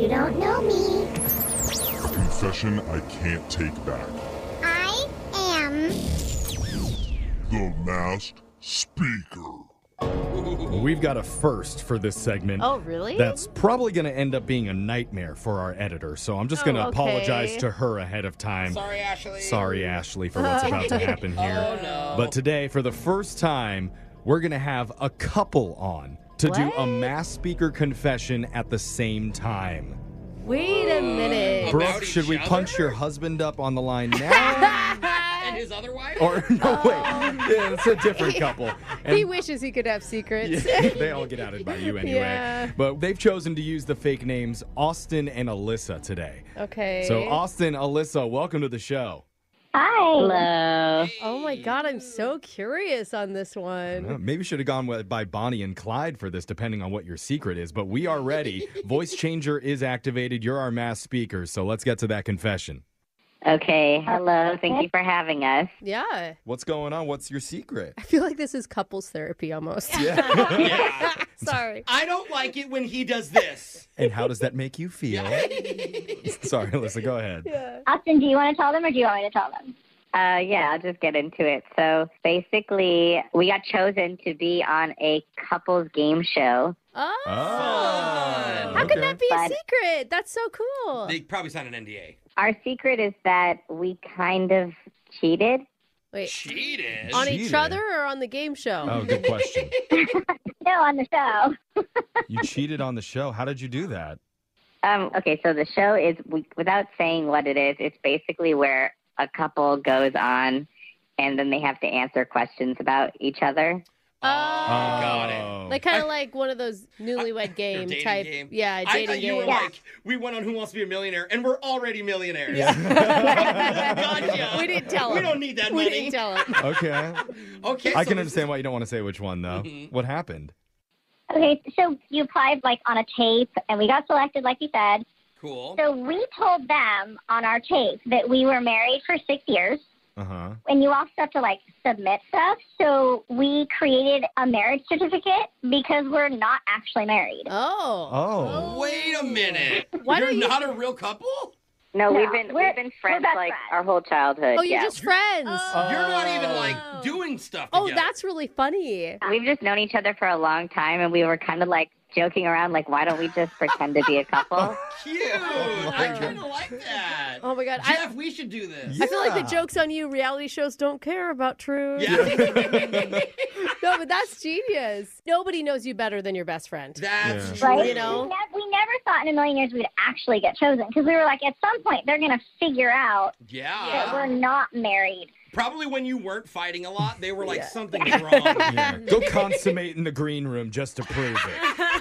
You don't know me. Confession I can't take back. I am. The masked speaker. We've got a first for this segment. Oh, really? That's probably going to end up being a nightmare for our editor. So I'm just going to Oh, okay. apologize to her ahead of time. Sorry, Ashley. Sorry, Ashley, for what's about to happen here. Oh, no. But today, for the first time, we're going to have a couple on to do a What? mass speaker confession at the same time. Wait a minute. Brooke, should we punch your husband up on the line now? And his other wife? or no, wait. Oh. Yeah, it's a different couple. And- He wishes he could have secrets. Yeah, they all get outed by you anyway. Yeah. But they've chosen to use the fake names Austin and Alyssa today. Okay. So, Austin, Alyssa, welcome to the show. Hi. oh my God, I'm so curious on this one. Uh-huh. Uh, Maybe should have gone with, by Bonnie and Clyde for this, depending on what your secret is. But we are ready. Voice changer is activated. You're our mass speaker. So let's get to that confession. Okay. Hello. Thank you for having us. Yeah. What's going on? What's your secret? I feel like this is couples therapy almost. Yeah. Sorry. I don't like it when he does this. and how does that make you feel? Sorry, Alyssa, go ahead. Austin, do you want to tell them or do you want me to tell them? Uh, yeah, I'll just get into it. So basically, we got chosen to be on a couples game show. Oh. Oh, How okay. could that be a But- secret? That's so cool. Ah. Uh, They probably signed an NDA. Our secret is that we kind of cheated. Wait, Cheated. on each cheated. other or on the game show? Oh, good question. No, on the show. You cheated on the show. How did you do that? Um, okay, so the show is, we, without saying what it is, it's basically where a couple goes on and then they have to answer questions about each other. Oh. Uh, got it. Oh. Like kind of like one of those newlywed game dating type. game. Yeah, I dating thought you game. were like, we went on Who Wants to Be a Millionaire, and we're already millionaires. gotcha. We didn't tell We him. don't need that we money. didn't tell him. okay. Okay, I so can this understand why you don't want to say which one, though. What happened? Okay, so you applied like on a tape and we got selected, like you said. is Cool. So we told them on our tape that we were married for six years. Uh huh. and you also have to like submit stuff. So we created a marriage certificate because we're not actually married. Oh. Oh. Wait a minute. Why You're don't you- not a real couple? No, No, we've been we're- we've been we're friends best like friends. our whole childhood. Oh, you're yeah. just friends. You're not even like doing stuff Oh, together. that's really funny. We've just known each other for a long time, and we were kind of like joking around, like, why don't we just pretend to be a couple? cute. I kind of like that. Oh my god. I, Jeff, we should do this. I feel like the joke's on you. Reality shows don't care about truth. Yeah. No, but that's genius. Nobody knows you better than your best friend. that's Yeah. true. Right? You know? we, nev- we never Not in a Million Years we'd actually get chosen because we were like, at some point they're going to figure out Yeah. that we're not married. Probably when you weren't fighting a lot, they were like, something Yeah. Go consummate in the green room just to prove it.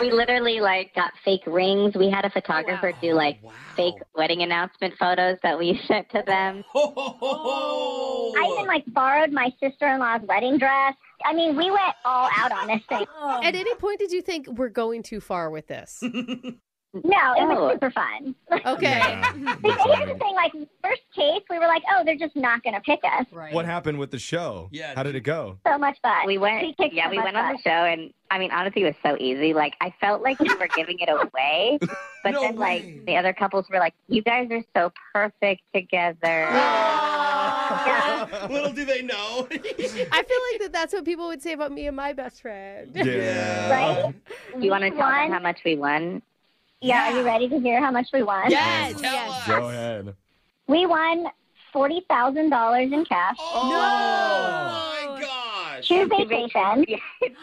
we literally like got fake rings. We had a photographer do like fake Oh. wedding announcement photos that we sent to them. Oh. I even like borrowed my sister-in-law's wedding dress. I mean, we went all out on this thing. At any point, did you think we're going too far with this? No, it No. was super fun. Okay. Mm-hmm. Here's the thing: like first case, we were like, "Oh, they're just not going to pick us." What happened with the show? Yeah. How did it go? So much fun. We went, She kicked yeah, so we much went on the butt. show, and I mean, honestly, it was so easy. Like, I felt like we were giving it away, but No then way. like the other couples were like, "You guys are so perfect together." Little do they know. I feel like that that's what people would say about me and my best friend. Yeah. Right? Do you want to tell them how much we won? Yeah, are you ready to hear how much we won? Yes. Tell yes. us. Go ahead. We won forty thousand dollars in cash. Oh, Oh my gosh. Two vacations.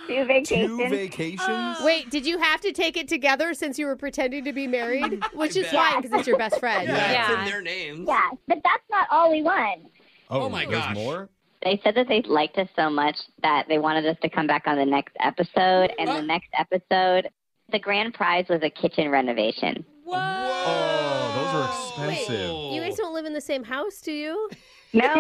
Two vacations. Two vacations? Wait, did you have to take it together since you were pretending to be married? Which is bet. fine because it's your best friend. Yeah, it's Yeah. in their names. Yeah, but that's not all we won. Oh my there's gosh. more? they said that they liked us so much that they wanted us to come back on the next episode. And Huh? the next episode, the grand prize was a kitchen renovation. Oh, those are expensive. You guys don't live in the same house, do you? No.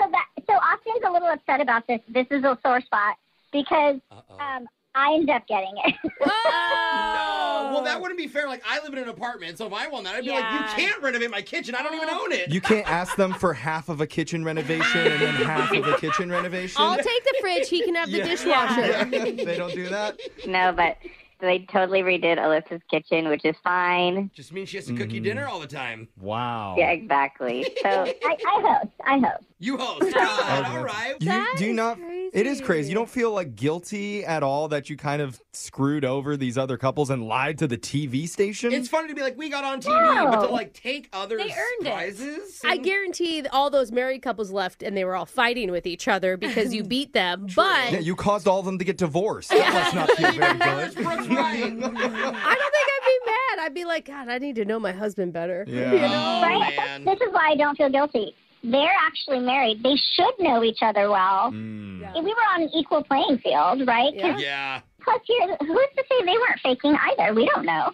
So that so Austin's a little upset about this. This is a sore spot because um, I ended up getting it. No, Uh, well, that wouldn't be fair. Like, I live in an apartment, so if I won that, I'd be like, you can't renovate my kitchen. I don't even own it. You can't ask them for half of a kitchen renovation and then half of a kitchen renovation. I'll take the fridge. He can have the Yeah. dishwasher. Yeah, they don't do that. no, but they totally redid Alyssa's kitchen, which is fine. Just means she has to cook you Mm-hmm. dinner all the time. Wow. Yeah, exactly. So I, I host. I host. You host. God, Okay. all right. You, do you not? It is crazy. You don't feel like guilty at all that you kind of screwed over these other couples and lied to the TV station. It's funny to be like, we got on TV, but to like take others' They earned it. prizes. I guarantee all those married couples left and they were all fighting with each other because you beat them. But yeah, you caused all of them to get divorced. That must not feel very Where's good. Brooks Ryan? I don't think I'd be mad. I'd be like, God, I need to know my husband better. Yeah. right? Oh, man. This is why I don't feel guilty. They're actually married. They should know each other well. Mm. We were on an equal playing field, right? 'Cause Hmm. Yeah. Plus, here, who's to say they weren't faking either? We don't know.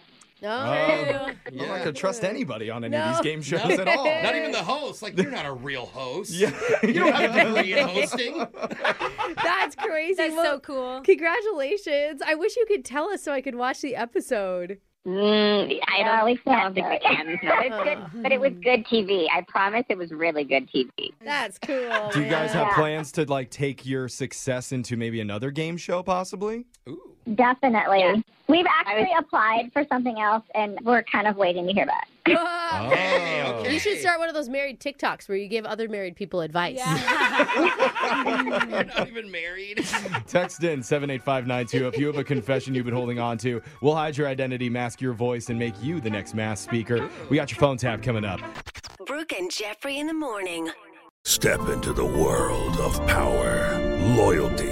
Oh, I'm not Yeah. gonna trust anybody on any of No. these game shows at all. Not even the host. Like, you're not a real host. Yeah. You don't have a degree in hosting. That's crazy. That's Well, so cool. Congratulations. I wish you could tell us so I could watch the episode. mm, I No, don't, we I can't don't think do we it. can. No, it's good, but it was good TV. I promise it was really good TV. That's cool. Do you guys have Yeah. plans to like take your success into maybe another game show, possibly? Ooh. Definitely. Yeah. We've actually applied for something else, and we're kind of waiting to hear back. man. Okay, Oh. okay. You should start one of those married TikToks where you give other married people advice. You're not even married. Text in 78592 if you have a confession you've been holding on to. We'll hide your identity, mask your voice, and make you the next mass speaker. We got your phone tap coming up. Brooke and Jeffrey in the morning. Step into the world of power, loyalty,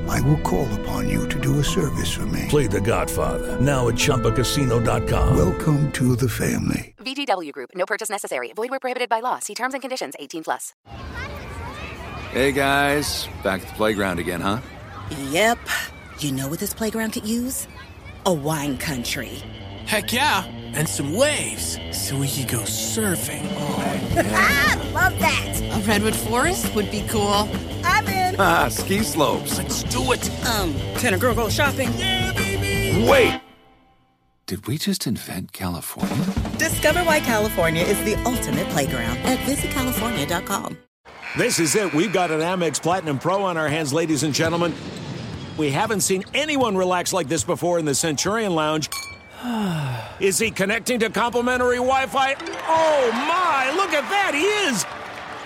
I will call upon you to do a service for me. Play The Godfather now at ChumbaCasino.com. Welcome to the family. VGW Group. No purchase necessary. Void where prohibited by law. See terms and conditions. 18 plus. Hey guys, back at the playground again, huh? Yep. You know what this playground could use? A wine country. Heck yeah! And some waves so we could go surfing. Ah, love that. A redwood forest would be cool. I'm in. Ah, ski slopes. Let's do it. Um, can a girl go shopping? Yeah, baby. Wait! Did we just invent California? Discover why California is the ultimate playground at visitcalifornia.com. This is it. We've got an Amex Platinum Pro on our hands, ladies and gentlemen. We haven't seen anyone relax like this before in the Centurion Lounge. Is he connecting to complimentary Wi Fi? Oh my, look at that! He is!